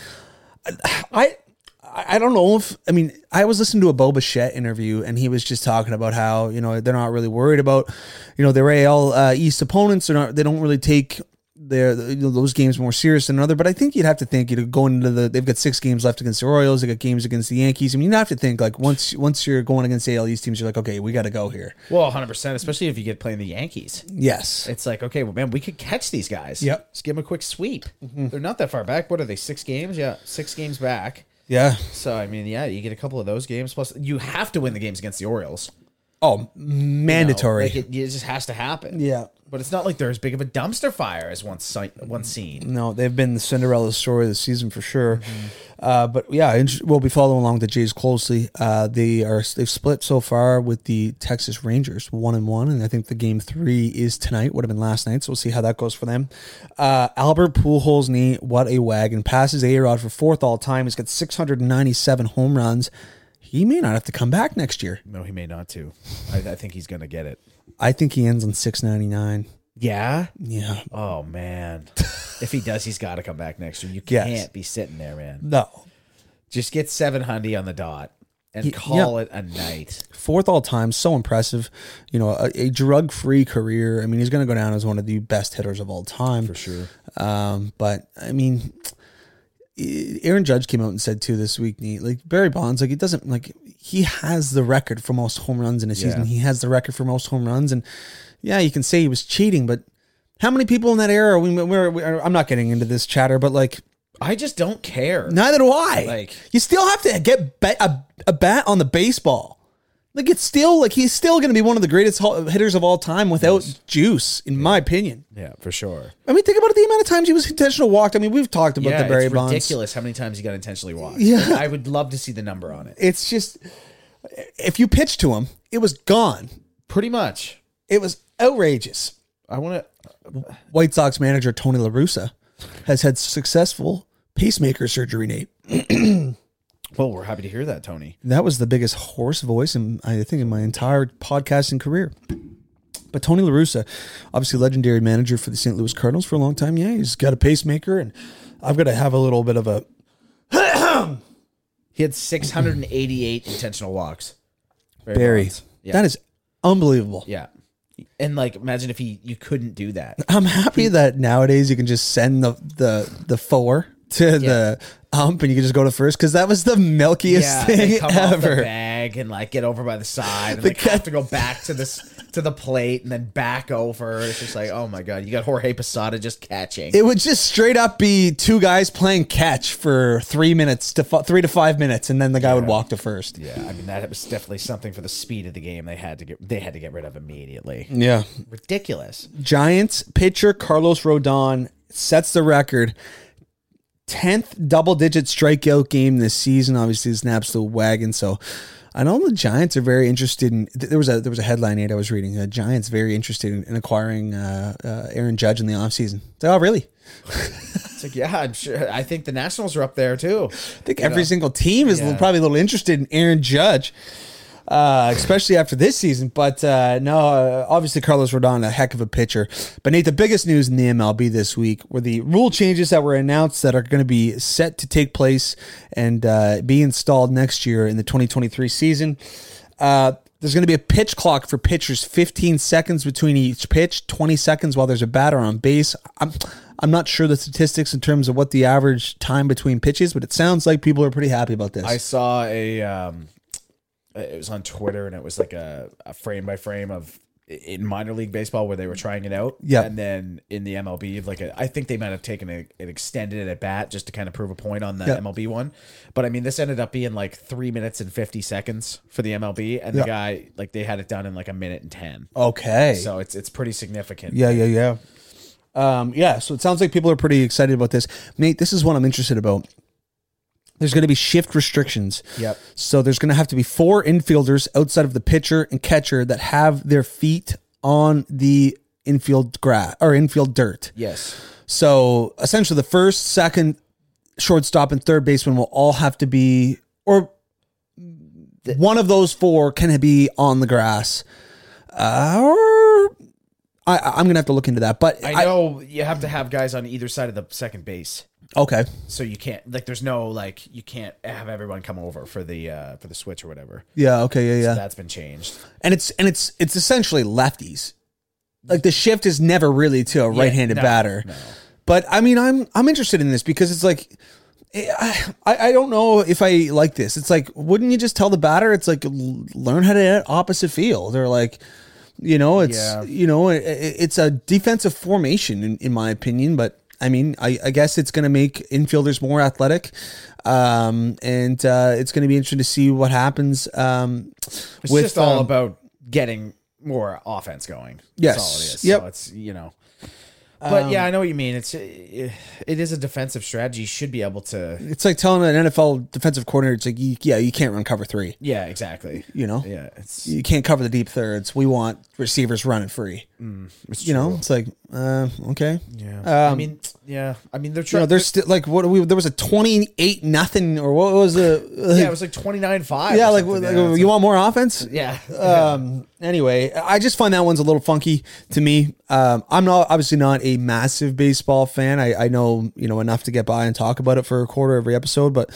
A: I I I don't know if I mean I was listening to a Bo Bichette interview and he was just talking about how you know they're not really worried about you know their AL uh, East opponents are not they don't really take their you know, those games more serious than another but I think you'd have to think you know going into the they've got six games left against the Orioles they got games against the Yankees I mean you have to think like once once you're going against AL East teams you're like okay we got to go here
B: Well, 100%, especially if you get playing the Yankees.
A: yes
B: It's like, okay, well, man, we could catch these guys.
A: Yep. Mm-hmm.
B: Just give them a quick sweep. They're not that far back. What are they, six games? Yeah, six games back.
A: yeah
B: So, I mean, yeah, you get a couple of those games. Plus, you have to win the games against the Orioles.
A: oh
B: No,
A: mandatory
B: Like, it, it just has to happen.
A: Yeah.
B: But it's not like they're as big of a dumpster fire as once, si- once seen.
A: No, they've been the Cinderella story of the season for sure. Uh, but yeah, int- we'll be following along the Jays closely. Uh, they are they've split so far with the Texas Rangers, one and one, and I think the game three is tonight. Would have been last night, so we'll see how that goes for them. Uh, Albert Pujols' knee, what a wagon! Passes A Rod for fourth all time. He's got 697 home runs. He may not have to come back next year.
B: No, he may not too. I, I think he's going to get it.
A: I think he ends on 699.
B: Yeah.
A: Yeah,
B: Oh, man. if he does, he's got to come back next year. You
A: Yes.
B: can't be sitting there, man.
A: no,
B: Just get 700 on the dot. and call it a night.
A: fourth all time, so impressive. You know, a, a drug free career. I mean, he's going to go down as one of the best hitters of all time for sure. Um, but I mean, Aaron Judge came out and said too this week, Nate, like Barry Bonds, like it doesn't like he has the record for most home runs in a season.
B: Yeah.
A: He has the record for most home runs, and yeah, you can say he was cheating, but how many people in that era? We, we're, we I'm not getting into this chatter, but like
B: I just don't care.
A: Neither do I.
B: Like-
A: you still have to get ba- a, a bat on the baseball. Like it's still like he's still going to be one of the greatest ho- hitters of all time without juice, in my opinion.
B: Yeah, for sure.
A: I mean, think about it, the amount of times he was intentional walked. I mean, we've talked about
B: yeah,
A: the Barry
B: it's
A: Bonds.
B: ridiculous how many times he got intentionally walked.
A: Yeah.
B: I would love to see the number on it.
A: It's just if you pitched to him, it was gone.
B: Pretty much.
A: It was outrageous.
B: I want to.
A: White Sox manager Tony La Russa has had successful pacemaker surgery. Nate,
B: Well, we're happy to hear that, Tony.
A: That was the biggest hoarse voice in I think in my entire podcasting career. But Tony La Russa, obviously legendary manager for the St. Louis Cardinals for a long time. Yeah, he's got a pacemaker, and I've got to have a little bit of a
B: He had 688 intentional walks. Barry.
A: berry.
B: Bonds. Yeah.
A: That is unbelievable.
B: yeah. And like, imagine if he you couldn't do that.
A: I'm happy that nowadays you can just send the the the four to the ump, and you can just go to first because that was the milkiest
B: and
A: thing
B: come off the
A: ever.
B: bag and like get over by the side and
A: The
B: like
A: cat-
B: have to go back to this to the plate and then back over. It's just like, oh my god, you got Jorge Posada just catching.
A: It would just straight up be two guys playing catch for three minutes to f- three to five minutes, and then the guy would walk to first.
B: yeah, I mean that was definitely something for the speed of the game they had to get they had to get rid of immediately.
A: Yeah.
B: Ridiculous.
A: Giants pitcher Carlos Rodon sets the record. 10th double digit strikeout game this season. Obviously, it's an absolute wagon. So I know the Giants are very interested in. th- There was a there was a headline eight I was reading. The Giants very interested in, in acquiring uh, uh, Aaron Judge in the offseason. It's like, oh, really?
B: It's like, yeah, I'm sure I think the Nationals are up there too.
A: I think every single team is a little- probably a little interested in Aaron Judge, uh, especially after this season. But uh, no, uh, obviously Carlos Rodon, a heck of a pitcher. But Nate, the biggest news in the MLB this week were the rule changes that were announced that are going to be set to take place and uh, be installed next year in the 2023 season. Uh, there's going to be a pitch clock for pitchers, 15 seconds between each pitch, 20 seconds while there's a batter on base. I'm I'm not sure the statistics in terms of what the average time between pitches, but it sounds like people are pretty happy about this.
B: I saw a um it was on Twitter and it was like a, a frame by frame of in minor league baseball where they were trying it out.
A: Yeah.
B: And then in the MLB of like a, I think they might have taken a, an extended at bat just to kind of prove a point on the
A: Yeah.
B: MLB one. But I mean this ended up being like three minutes and fifty seconds for the MLB and
A: Yeah.
B: the guy like they had it done in like a minute and ten.
A: okay.
B: So it's it's pretty significant.
A: Yeah, yeah, yeah. Um, yeah, so it sounds like people are pretty excited about this. Nate, this is what I'm interested about. There's going to be shift restrictions.
B: Yep.
A: So there's going to have to be four infielders outside of the pitcher and catcher that have their feet on the infield grass or infield dirt.
B: Yes.
A: So essentially, the first, second, shortstop, and third baseman will all have to be, or one of those four can be on the grass. Uh, or I, I'm gonna have to look into that. But
B: I
A: I-
B: know you have to have guys on either side of the second base.
A: okay,
B: so you can't like there's no like you can't have everyone come over for the uh for the switch or whatever
A: yeah, okay, yeah, yeah.
B: that's been changed
A: and it's and it's it's essentially lefties. Like the shift is never really to a right-handed
B: no,
A: batter.
B: no.
A: But I mean, I'm I'm interested in this because it's like. I, I I don't know if I like this. It's like, wouldn't you just tell the batter? It's like, l- learn how to hit opposite field, or like, you know, it's
B: Yeah.
A: you know, it, it- it's a defensive formation in, in my opinion. But I mean, I, I guess it's going to make infielders more athletic, um, and uh, it's going to be interesting to see what happens. Um,
B: it's
A: with
B: just all
A: um,
B: about getting more offense going
A: Yes.
B: that's all it is
A: Yep. Um,
B: so it's you know but yeah i know what you mean it's it is a defensive strategy you should be able to
A: It's like telling an NFL defensive coordinator, it's like, you- yeah, you can't run cover three.
B: yeah exactly
A: You know,
B: yeah it's
A: you can't cover the deep thirds. We want receivers running free. you know, it's like, uh, okay.
B: Mm, yeah i
A: Um,
B: mean yeah i mean they're
A: You know,
B: trying
A: there's still like what we there was a twenty eight nothing or what was the
B: yeah it was like 29 5
A: yeah like, like, you want more offense?
B: yeah
A: Um, anyway, I just find that one's a little funky to me. Um, I'm not obviously not a massive baseball fan. I, I know you know enough to get by and talk about it for a quarter every episode, but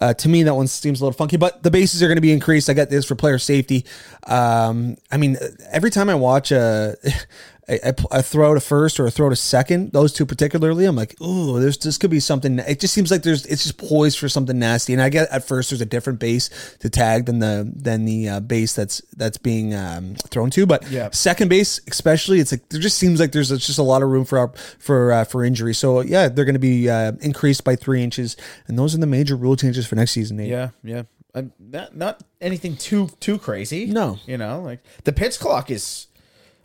A: uh, to me that one seems a little funky. But the bases are going to be increased. I got this for player safety. Um, I mean, every time I watch a. A, a- a throw to first or a throw to second, those two particularly, I'm like, ooh, there's this could be something. It just seems like there's it's just poised for something nasty. And I get at first there's a different base to tag than the than the uh, base that's that's being um, thrown to, but
B: Yeah.
A: second base especially, it's like there just seems like there's just a lot of room for up- for uh, for injury. So yeah, they're going to be uh, increased by three inches, and those are the major rule changes for next season. Nate.
B: Yeah, yeah. I'm not not anything too too crazy.
A: No.
B: you know, like the pitch clock is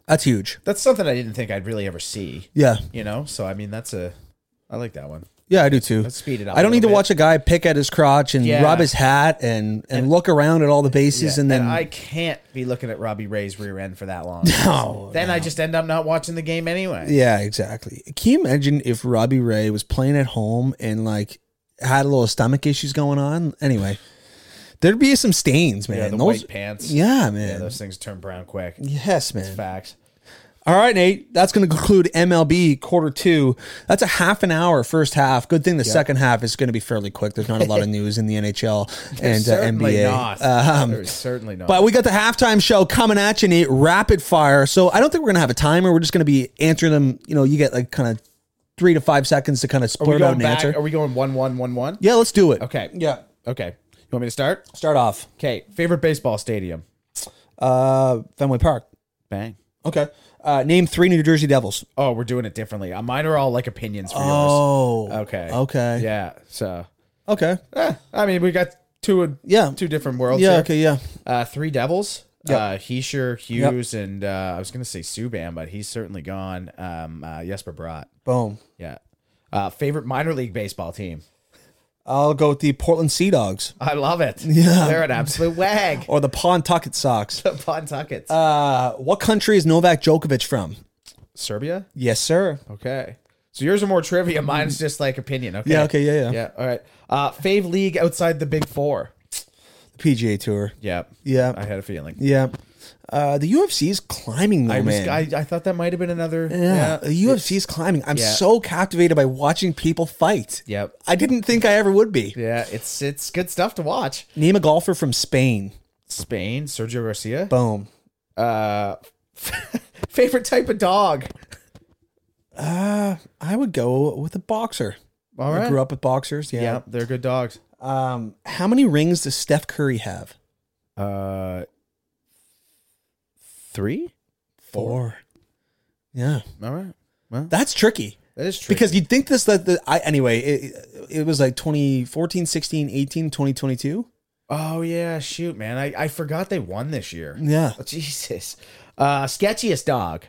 A: that's huge.
B: that's something I didn't think I'd really ever see.
A: Yeah,
B: You know, so I mean that's a I like that one.
A: yeah, I do too.
B: Let's speed it up.
A: I
B: a
A: don't need to
B: little bit.
A: watch a guy pick at his crotch and
B: Yeah.
A: rob his hat and, and look around at all the bases
B: Yeah,
A: and then
B: I can't be looking at Robbie Ray's rear end for that long.
A: No,
B: then I just end up not watching the game anyway.
A: yeah, exactly. Can you imagine if Robbie Ray was playing at home and like had a little stomach issues going on? Anyway, there'd be some stains, man.
B: Yeah, the
A: Those-
B: white pants.
A: yeah,
B: Yeah,
A: man.
B: those things turn brown quick.
A: yes, man.
B: Facts.
A: All right, Nate. That's going to conclude MLB quarter two. That's a half an hour first half. Good thing the second half is going to be fairly quick. There's not a lot of news in the NHL and uh,
B: certainly
A: NBA.
B: not.
A: Uh,
B: There is certainly not.
A: Um, But we got the halftime show coming at you, Nate, rapid fire. So I don't think we're gonna have a timer. We're just gonna be answering them. You know, you get like kind of three to five seconds to kind of
B: are we
A: splurt out
B: going
A: an
B: back?
A: answer.
B: Are we going one one one one?
A: yeah, let's do it.
B: Okay.
A: Yeah.
B: Okay. You want me to start?
A: Start off.
B: Okay. Favorite baseball stadium.
A: Uh, Fenway Park.
B: Bang.
A: Okay. Uh, name three New Jersey Devils.
B: Oh, we're doing it differently. Uh, Mine are all like opinions for
A: Oh.
B: yours. Okay.
A: Okay.
B: Yeah. So,
A: Okay.
B: eh, I mean, we got two
A: Yeah.
B: two different worlds.
A: Yeah.
B: here.
A: Okay. Yeah.
B: Uh, three Devils. Uh, Heischer, Hughes, and uh, I was gonna say Subban, but he's certainly gone. Um, uh, Jesper Bratt.
A: Boom.
B: Yeah. Uh, favorite minor league baseball team.
A: I'll go with the Portland Sea Dogs
B: I love it. Yeah. They're an absolute wag.
A: or the Pawtucket Sox.
B: The Pontuckets.
A: Uh, what country is Novak Djokovic from?
B: Serbia.
A: Yes, sir.
B: Okay. So yours are more trivia. Mine's just like opinion. Okay.
A: Yeah. Okay. Yeah. Yeah.
B: Yeah. All right. Uh, fave league outside the Big Four.
A: The PGA Tour.
B: Yep.
A: Yeah.
B: I had a feeling.
A: Yeah. Uh, the UFC is climbing though,
B: I, was,
A: Oh, man.
B: I, I thought that might have been another.
A: yeah, the UFC is climbing. I'm
B: Yeah.
A: so captivated by watching people fight.
B: Yep.
A: I didn't think I ever would be.
B: Yeah. It's it's good stuff to watch.
A: Name a golfer from Spain.
B: Spain, Sergio Garcia.
A: Boom.
B: Uh, favorite type of dog.
A: Uh, I would go with a boxer.
B: All
A: I
B: right.
A: grew up with boxers.
B: yeah.
A: Yeah.
B: they're good dogs.
A: Um, how many rings does Steph Curry have?
B: Uh, three. Four.
A: Yeah,
B: All right. Well,
A: that's tricky.
B: that is true.
A: Because you'd think this that the I anyway it, it was like 2014, 16, 18, 2022.
B: oh yeah, shoot, man, I I forgot they won this year.
A: Yeah,
B: Oh, Jesus. Uh, sketchiest dog.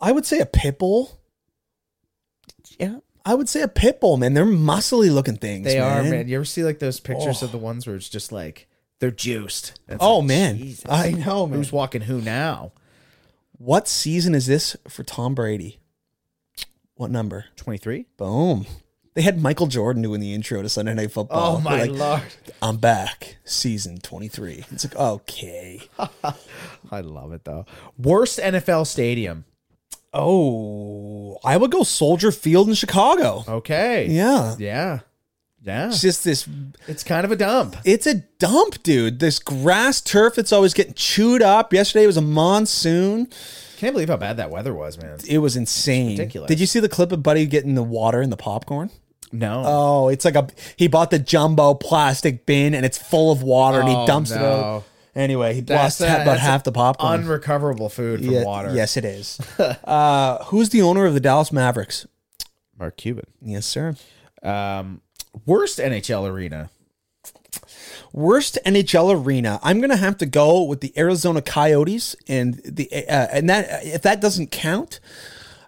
A: I would say a pit bull.
B: Yeah,
A: I would say a pit bull, man. They're muscly looking things.
B: they
A: man.
B: are, man. You ever see like those pictures
A: Oh.
B: of the ones where it's just like they're juiced? It's
A: Oh
B: like,
A: man,
B: Jesus.
A: I know, man.
B: Who's walking who now?
A: What season is this for Tom Brady? What number?
B: Twenty three.
A: Boom. They had Michael Jordan doing the intro to Sunday Night Football.
B: Oh my
A: They're like,
B: lord,
A: I'm back, season 23. It's like okay.
B: I love it though. Worst NFL stadium.
A: Oh, I would go Soldier Field in Chicago.
B: Okay.
A: Yeah,
B: Yeah. Yeah.
A: it's just this.
B: It's kind of a dump.
A: It's a dump, dude. This grass turf that's always getting chewed up. Yesterday was a monsoon.
B: Can't believe how bad that weather was, man.
A: It was insane.
B: ridiculous.
A: Did you see the clip of Buddy getting the water and the popcorn?
B: No.
A: Oh, it's like a he bought the jumbo plastic bin and it's full of water and
B: Oh,
A: he dumps it
B: no.
A: out. Anyway, he lost
B: That's
A: ha-
B: a-
A: about
B: that's
A: half the popcorn.
B: Unrecoverable food from
A: Yeah,
B: water.
A: Yes, it is. uh, who's the owner of the Dallas Mavericks?
B: Mark Cuban.
A: Yes, sir.
B: Um, worst NHL arena.
A: Worst NHL arena. I'm gonna have to go with the Arizona Coyotes and the uh, and that if that doesn't count.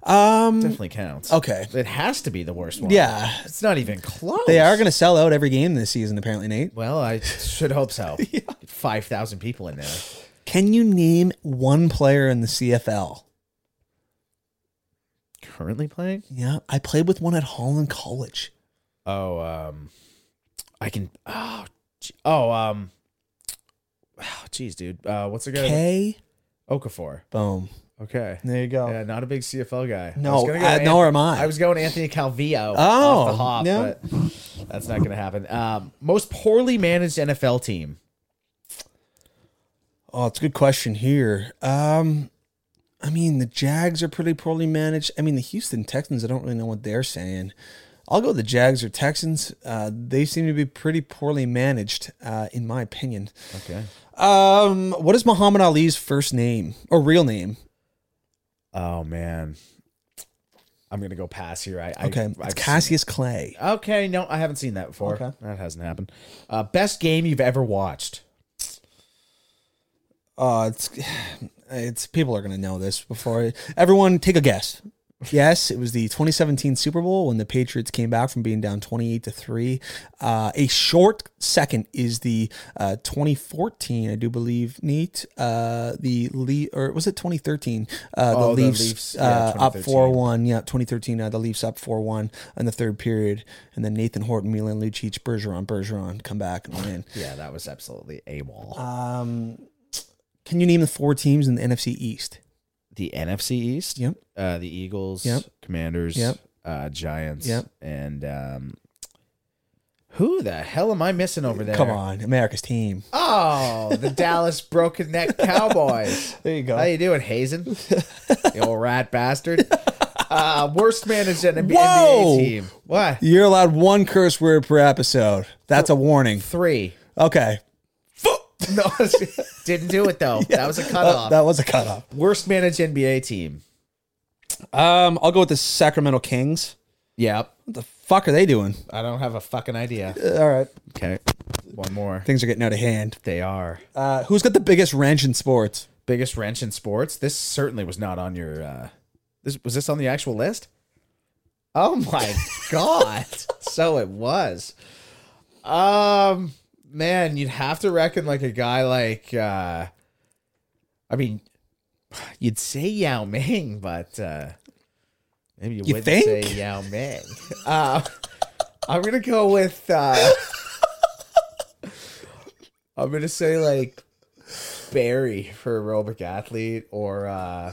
B: Definitely counts.
A: Okay.
B: It has to be the worst one.
A: Yeah,
B: It's not even close.
A: they are gonna sell out every game this season. Apparently, Nate.
B: Well, I should hope so. 5,000 people in there.
A: Can you name one player in the CFL?
B: Currently playing?
A: Yeah, I played with one at Holland College.
B: Oh, um, I can. Oh, gee- oh, um, oh, Jeez, dude. Uh, what's the guy?
A: K.
B: Okafor.
A: Boom.
B: Okay.
A: There you go.
B: Yeah, not a big CFL guy. I
A: No,
B: was gonna go
A: uh,
B: An-
A: nor am I.
B: I was going Anthony Calvillo.
A: Oh,
B: off the hop,
A: yeah.
B: but that's not going to happen. Um, most poorly managed NFL team.
A: Oh, it's a good question here. Um, I mean, the Jags are pretty poorly managed. I mean, the Houston Texans, I don't really know what they're saying. I'll go with the Jags or Texans. Uh, they seem to be pretty poorly managed, uh, in my opinion.
B: Okay.
A: Um, what is Muhammad Ali's first name or real name?
B: Oh man, I'm going to go pass here. I, I
A: Okay,
B: I've
A: it's
B: seen
A: Cassius Clay.
B: it. Okay, no, I haven't seen that before.
A: Okay.
B: That hasn't happened. Uh, best game you've ever watched.
A: Uh, it's it's people are gonna know this before everyone take a guess. Yes, it was the 2017 Super Bowl when the Patriots came back from being down 28 to three. Uh, a short second is the uh, 2014, I do believe, Nate. Uh, the Le- or was it 2013? Uh,
B: Oh,
A: the
B: the
A: Leafs,
B: Leafs, yeah,
A: uh, up
B: 2013.
A: 4 one. Yeah, 2013. Uh, the Leafs up 4 1 in the third period, and then Nathan Horton, Milan Lucic, Bergeron, Bergeron come back and win.
B: Yeah, that was absolutely a wall.
A: Um, can you name the four teams in the NFC East?
B: the NFC East.
A: Yep.
B: Uh, the Eagles.
A: Yep.
B: Commanders.
A: Yep.
B: Uh, Giants.
A: Yep.
B: And um, who the hell am I missing over there?
A: Come on, America's team.
B: Oh, the Dallas Broken Neck Cowboys.
A: There you go.
B: How you doing, Hazen? You old rat bastard. Uh, worst managed NBA,
A: Whoa!
B: NBA team. What?
A: You're allowed one curse word per episode. That's a warning.
B: Three.
A: Okay.
B: No, didn't do it though. That was a
A: That,
B: cutoff.
A: that was a cutoff.
B: worst managed NBA team.
A: Um, I'll go with the Sacramento Kings.
B: Yep.
A: What the fuck are they doing?
B: I don't have a fucking idea.
A: Uh, all right.
B: Okay. One more.
A: Things are getting out of hand.
B: They are.
A: Uh, who's got the biggest wrench in sports?
B: biggest wrench in sports. This certainly was not on your. Uh, this was this on the actual list. Oh my god! So it was. Um, man, you'd have to reckon like a guy like. uh I mean, you'd say Yao Ming, but uh maybe you,
A: You
B: wouldn't
A: think?
B: say Yao Ming. Uh, I'm gonna go with. uh I'm gonna say like Barry for aerobic athlete or uh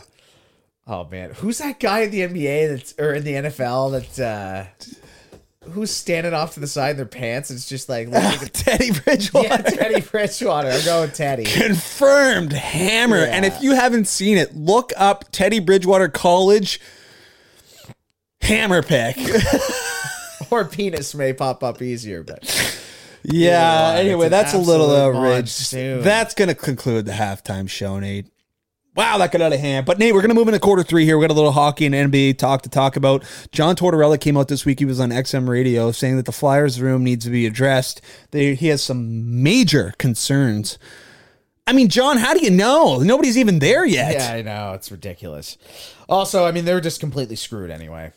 B: oh man, who's that guy in the NBA that's or in the NFL that uh who's standing off to the side in their pants and it's just like looking at the-
A: Teddy Bridgewater.
B: yeah, Teddy Bridgewater. I'm going Teddy.
A: Confirmed hammer. And
B: Yeah.
A: if you haven't seen it, look up Teddy Bridgewater College hammer pick.
B: Or penis may pop up easier, but
A: Yeah.
B: Yeah,
A: anyway,
B: it's an
A: that's a little
B: absolute
A: outrageous.
B: monsoon.
A: That's going to conclude the halftime show, Nate. Wow, that got out of hand. But Nate, we're going to move into quarter three here. We got a little hockey and NBA talk to talk about. John Tortorella came out this week. He was on XM Radio saying that the Flyers room needs to be addressed. They, he has some major concerns. I mean, John, how do you know? Nobody's even there yet.
B: yeah, I know it's ridiculous. Also, I mean they were just completely screwed anyway.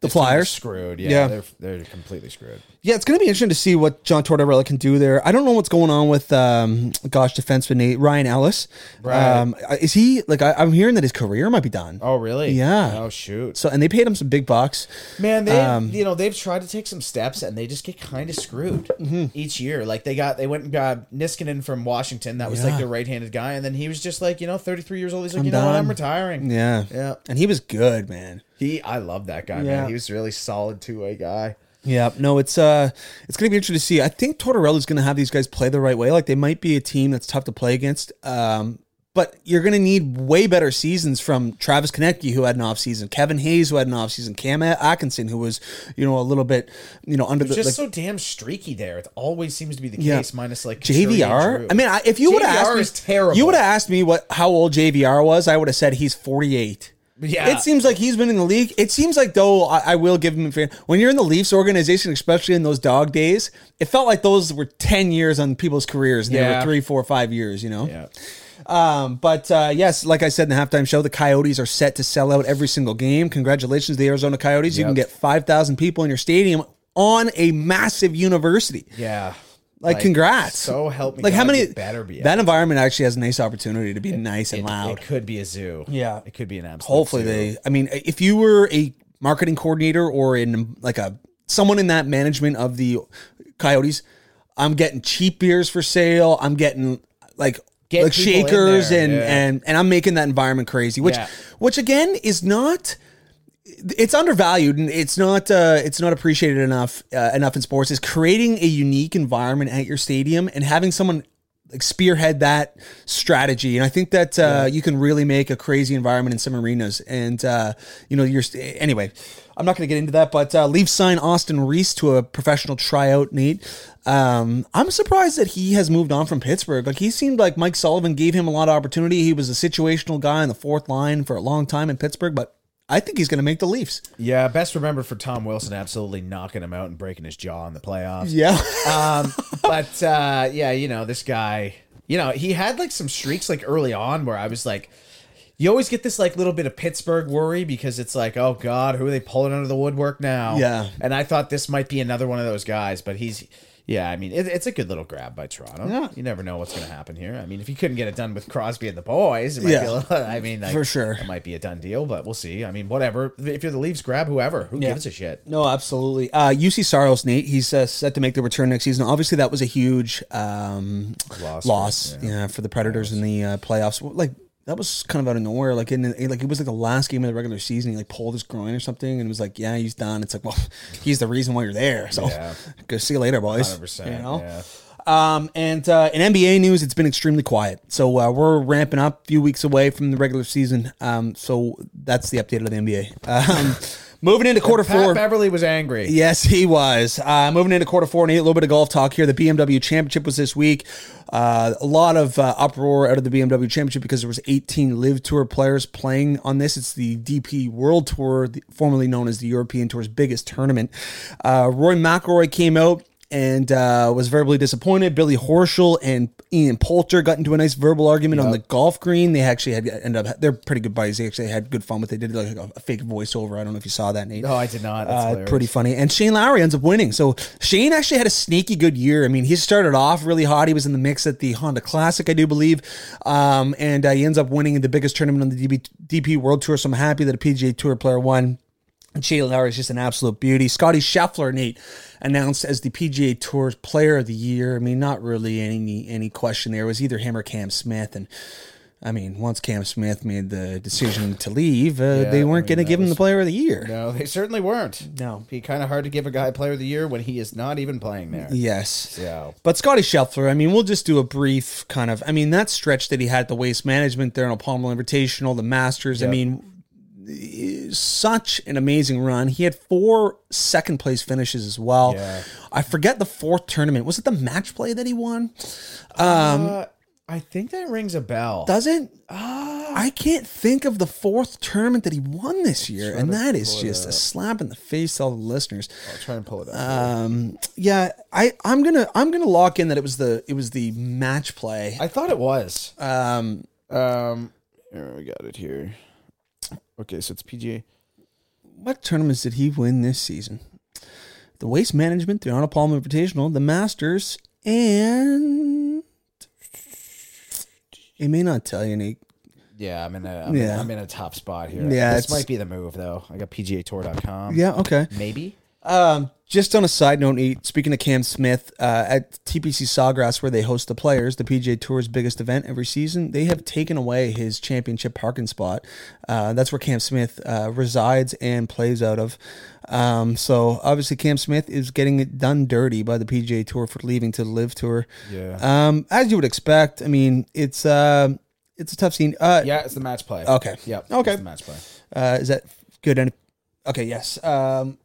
A: the
B: They're
A: Flyers.
B: screwed. Yeah,
A: Yeah.
B: they're they're completely screwed.
A: Yeah, it's going to be interesting to see what John Tortorella can do there. I don't know what's going on with, um, gosh, defenseman Nate, Ryan Ellis.
B: Right.
A: Um, is he like? I, I'm hearing that his career might be done.
B: Oh really?
A: Yeah.
B: Oh shoot.
A: So, and they paid him some big bucks.
B: Man, they
A: Um,
B: you know they've tried to take some steps and they just get kind of screwed
A: Mm-hmm.
B: each year. Like they got they went and got Niskanen from Washington, that was
A: Yeah.
B: like their right-handed guy, and then he was just like you know 33 years old. He's like you know what,
A: done.
B: I'm retiring.
A: Yeah.
B: Yeah.
A: And he was good, man.
B: He I love that guy
A: Yeah.
B: man. He was a really solid two-way guy.
A: Yeah. No, it's uh, it's going to be interesting to see. I think Tortorella's going to have these guys play the right way. Like they might be a team that's tough to play against. Um. But you're going to need way better seasons from Travis Konecki, who had an off season, Kevin Hayes, who had an off season, Cam Atkinson, who was, you know, a little bit, you know, under the
B: Just
A: like-
B: so damn streaky there. It always seems to be the case.
A: Yeah.
B: Minus like Couturier
A: JVR.
B: Drew.
A: I mean, I, if you would have
B: JVR
A: asked me,
B: is terrible.
A: you would have asked me what how old JVR was, I would have said he's forty eight.
B: Yeah.
A: It seems like he's been in the league. It seems like though I, I will give him a fan. When you're in the Leafs organization, especially in those dog days, it felt like those were ten years on people's careers. And They were
B: Yeah.
A: three, four, five years. You know.
B: yeah.
A: Um, but uh, yes, like I said in the halftime show, the Coyotes are set to sell out every single game. Congratulations, to the Arizona Coyotes! You
B: Yep.
A: can get five thousand people in your stadium on a massive university.
B: yeah.
A: Like, congrats.
B: So help me.
A: like how
B: God,
A: many
B: it better be
A: that environment actually has a nice opportunity to be nice and
B: it,
A: loud.
B: It could be a zoo.
A: Yeah.
B: It could be an absolute.
A: Hopefully
B: zoo.
A: they I mean if you were a marketing coordinator or in like a someone in that management of the Coyotes, I'm getting cheap beers for sale, I'm getting like
B: Get
A: like
B: people in
A: shakers
B: there,
A: and
B: yeah.
A: and and I'm making that environment crazy, which
B: Yeah.
A: which again is not it's undervalued and it's not uh, it's not appreciated enough uh, enough in sports is creating a unique environment at your stadium and having someone like spearhead that strategy and i think that uh, you can really make a crazy environment in some arenas and uh, you know you're st- anyway i'm not going to get into that but uh, leave sign austin reese to a professional tryout nate um, i'm surprised that he has moved on from pittsburgh like he seemed like mike sullivan gave him a lot of opportunity he was a situational guy on the fourth line for a long time in pittsburgh but I think he's going to make the Leafs.
B: Yeah, best remembered for Tom Wilson absolutely knocking him out and breaking his jaw in the playoffs.
A: Yeah.
B: Um, but uh, yeah, you know this guy. You know he had like some streaks like early on where I was like, you always get this like little bit of Pittsburgh worry because it's like, oh God, who are they pulling out of the woodwork now?
A: Yeah.
B: and I thought this might be another one of those guys, but he's. Yeah, I mean it, it's a good little grab by Toronto.
A: Yeah.
B: You never know what's going to happen here. I mean, if you couldn't get it done with Crosby and the boys, it might
A: Yeah.
B: be a little, I mean, like,
A: For sure.
B: it might be a done deal, but we'll see. I mean, whatever. If you're the Leafs, grab whoever. Who gives a shit?
A: No, absolutely. Uh, UC Saros, Nate, he's uh, set to make the return next season. Obviously, that was a huge um,
B: Loss
A: loss,
B: for-
A: yeah. for the Predators in the uh, playoffs. Well, Like that was kind of out of nowhere. Like in like it was like the last game of the regular season. He like pulled his groin or something, and it was like, yeah, he's done. It's like, well, he's the reason why you're there. So
B: Yeah.
A: go see you later, boys.
B: 100%,
A: You know?
B: yeah.
A: Um, and uh, in NBA news, it's been extremely quiet. So uh, we're ramping up, few weeks away from the regular season. Um, so that's the update of the NBA. Um, moving into quarter
B: Pat
A: four.
B: Beverly was angry.
A: Yes, he was. Uh, moving into quarter four, and a little bit of golf talk here. The BMW Championship was this week. Uh, a lot of uh, uproar out of the BMW Championship because there was 18 Live Tour players playing on this. It's the DP World Tour, the, formerly known as the European Tour's biggest tournament. Uh, Roy McIlroy came out and uh, was verbally disappointed. Billy Horschel and Ian Poulter got into a nice verbal argument on the golf green. They actually had ended up. They're pretty good buddies. They actually had good fun with. it. They did like a, a fake voiceover. I don't know if you saw that, Nate.
B: No, Oh, I did not. That's
A: Uh,
B: hilarious.
A: pretty funny. And Shane Lowry ends up winning. So Shane actually had a sneaky good year. I mean, he started off really hot. He was in the mix at the Honda Classic, I do believe. Um, and uh, he ends up winning the biggest tournament on the DB, DP World Tour. So I'm happy that a PGA Tour player won. And Shane Lowry is just an absolute beauty. Scotty Scheffler, Nate, announced as the PGA Tour's Player of the Year. I mean, not really any any question there. It was either him or Cam Smith. And I mean, once Cam Smith made the decision to leave, uh, they weren't going to give him the Player of the Year.
B: No, they certainly weren't.
A: No.
B: Be kind of hard to give a guy player of the year when he is not even playing there.
A: Yes.
B: Yeah.
A: But Scotty Scheffler, I mean, we'll just do a brief kind of. I mean, that stretch that he had at the Waste Management there in a Palmer Invitational, the Masters. I mean, such an amazing run. He had four second place finishes as well.
B: Yeah.
A: I forget the fourth tournament. Was it the match play that he won? Um,
B: Uh, I think that rings a bell.
A: Does it? Ah. I can't think of the fourth tournament that he won this year, and that is just a slap in the face to all the listeners.
B: I'll try and pull it up.
A: Um, yeah, I I'm gonna I'm gonna lock in that it was the it was the match play.
B: I thought it was.
A: Um,
B: Um, here, we got it here. Okay, so it's PGA.
A: what tournaments did he win this season? The Waste Management, the Arnold Palmer Invitational, the Masters, and it may not tell you, Nate.
B: Yeah, I'm in a I'm,
A: Yeah.
B: in, I'm in a top spot here.
A: Yeah,
B: this
A: it's-
B: might be the move though. I got PGAtour.com.
A: Yeah, okay.
B: maybe.
A: Um, just on a side note, Nate, speaking of Cam Smith, uh, at TPC Sawgrass, where they host the players, the PGA Tour's biggest event every season, they have taken away his championship parking spot. Uh, that's where Cam Smith uh, resides and plays out of. Um, so obviously, Cam Smith is getting it done dirty by the PGA Tour for leaving to the Live Tour.
B: Yeah.
A: Um, as you would expect, I mean, it's uh, it's a tough scene. Uh,
B: yeah, it's the match play.
A: Okay.
B: Yep.
A: Okay.
B: It's the match play.
A: uh, is that good? Any- okay. Yes. Um,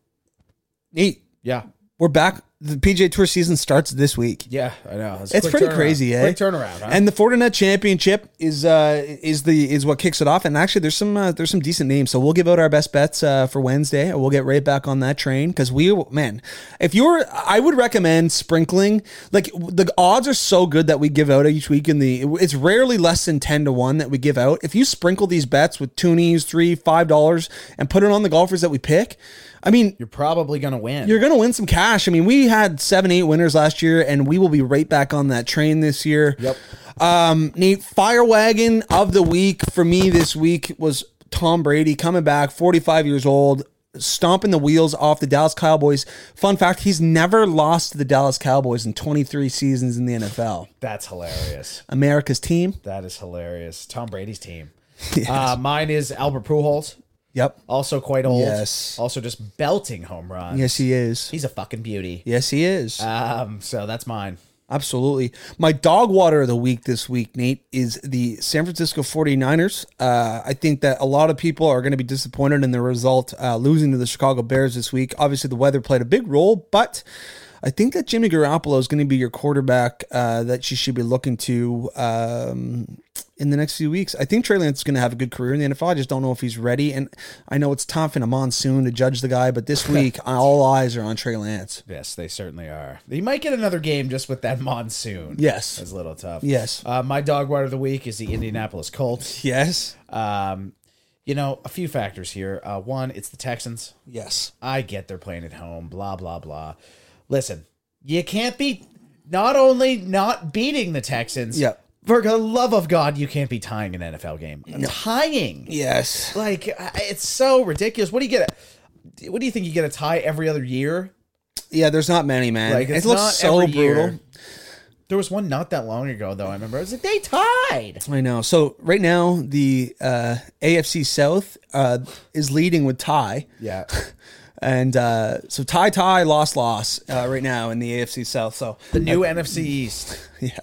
A: Nate
B: Yeah.
A: we're back. The PJ Tour season starts this week,
B: Yeah, I know. a
A: It's
B: quick
A: pretty
B: turnaround.
A: crazy, eh?
B: Quick turnaround. Huh?
A: and the Fortinet Championship is uh, is the is what kicks it off. And actually, there's some uh, there's some decent names. So we'll give out our best bets uh, for Wednesday. and We'll get right back on that train because we man, if you're, I would recommend sprinkling. Like the odds are so good that we give out each week. In the it's rarely less than ten to one that we give out. If you sprinkle these bets with toonies, three five dollars, and put it on the golfers that we pick, I mean,
B: You're probably gonna win.
A: you're going to win some cash. I mean, we had seven, eight winners last year, and we will be right back on that train this year.
B: Yep.
A: Um, Nate, fire wagon of the week for me this week was Tom Brady coming back, 45 years old. stomping the wheels off the Dallas Cowboys. Fun fact, he's never lost to the Dallas Cowboys in 23 seasons in the NFL.
B: That's hilarious.
A: America's team.
B: That is hilarious. Tom Brady's team. Uh, mine is Albert Pujols,
A: Yep.
B: also quite old.
A: Yes.
B: Also just belting home runs.
A: Yes, he is.
B: He's a fucking beauty.
A: Yes, he is.
B: Um, so that's mine.
A: Absolutely. My dog water of the week this week, Nate, is the San Francisco 49ers. Uh, I think that a lot of people are going to be disappointed in the result, uh, losing to the Chicago Bears this week. Obviously, the weather played a big role, but I think that Jimmy Garoppolo is going to be your quarterback uh, that you should be looking to um, in the next few weeks. I think Trey Lance is going to have a good career in the NFL. I just don't know if he's ready. And I know it's tough in a monsoon to judge the guy, but this week, all eyes are on Trey Lance.
B: Yes, they certainly are. He might get another game just with that monsoon.
A: Yes.
B: That's a little tough.
A: Yes.
B: Uh, my dog water of the week is the Indianapolis Colts.
A: Yes.
B: Um, you know, a few factors here. Uh, one, it's the Texans.
A: Yes.
B: I get they're playing at home, blah, blah, blah. Listen, you can't be not only not beating the Texans,
A: Yep.
B: for the love of God, you can't be tying an NFL game. Tying.
A: Yes.
B: Like, I- it's so ridiculous. What do you get? a- What do you think you get a tie every other year?
A: Yeah, there's not many, man.
B: Like, it's
A: it looks
B: not
A: so
B: every
A: brutal.
B: year. There was one not that long ago, though. I remember. I was like, they tied.
A: I know. So right now, the uh, AFC South uh, is leading with tie,
B: Yeah.
A: and uh, so tie, tie, loss, loss uh, right now in the AFC South. So
B: The new NFC East.
A: yeah.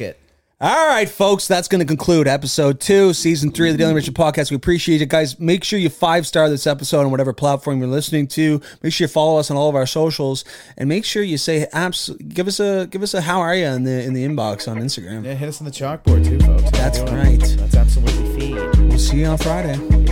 B: it.
A: All right, folks, that's going to conclude episode two, season three of the Daily Mission Podcast. We appreciate it, guys. Make sure you five star this episode on whatever platform you're listening to. Make sure you follow us on all of our socials, and make sure you say abs- give us a give us a how are you in the in the inbox on Instagram.
B: Yeah, hit us on the chalkboard, too, folks.
A: That's
B: Doing it.
A: right.
B: That's absolutely feed.
A: We'll see you on Friday.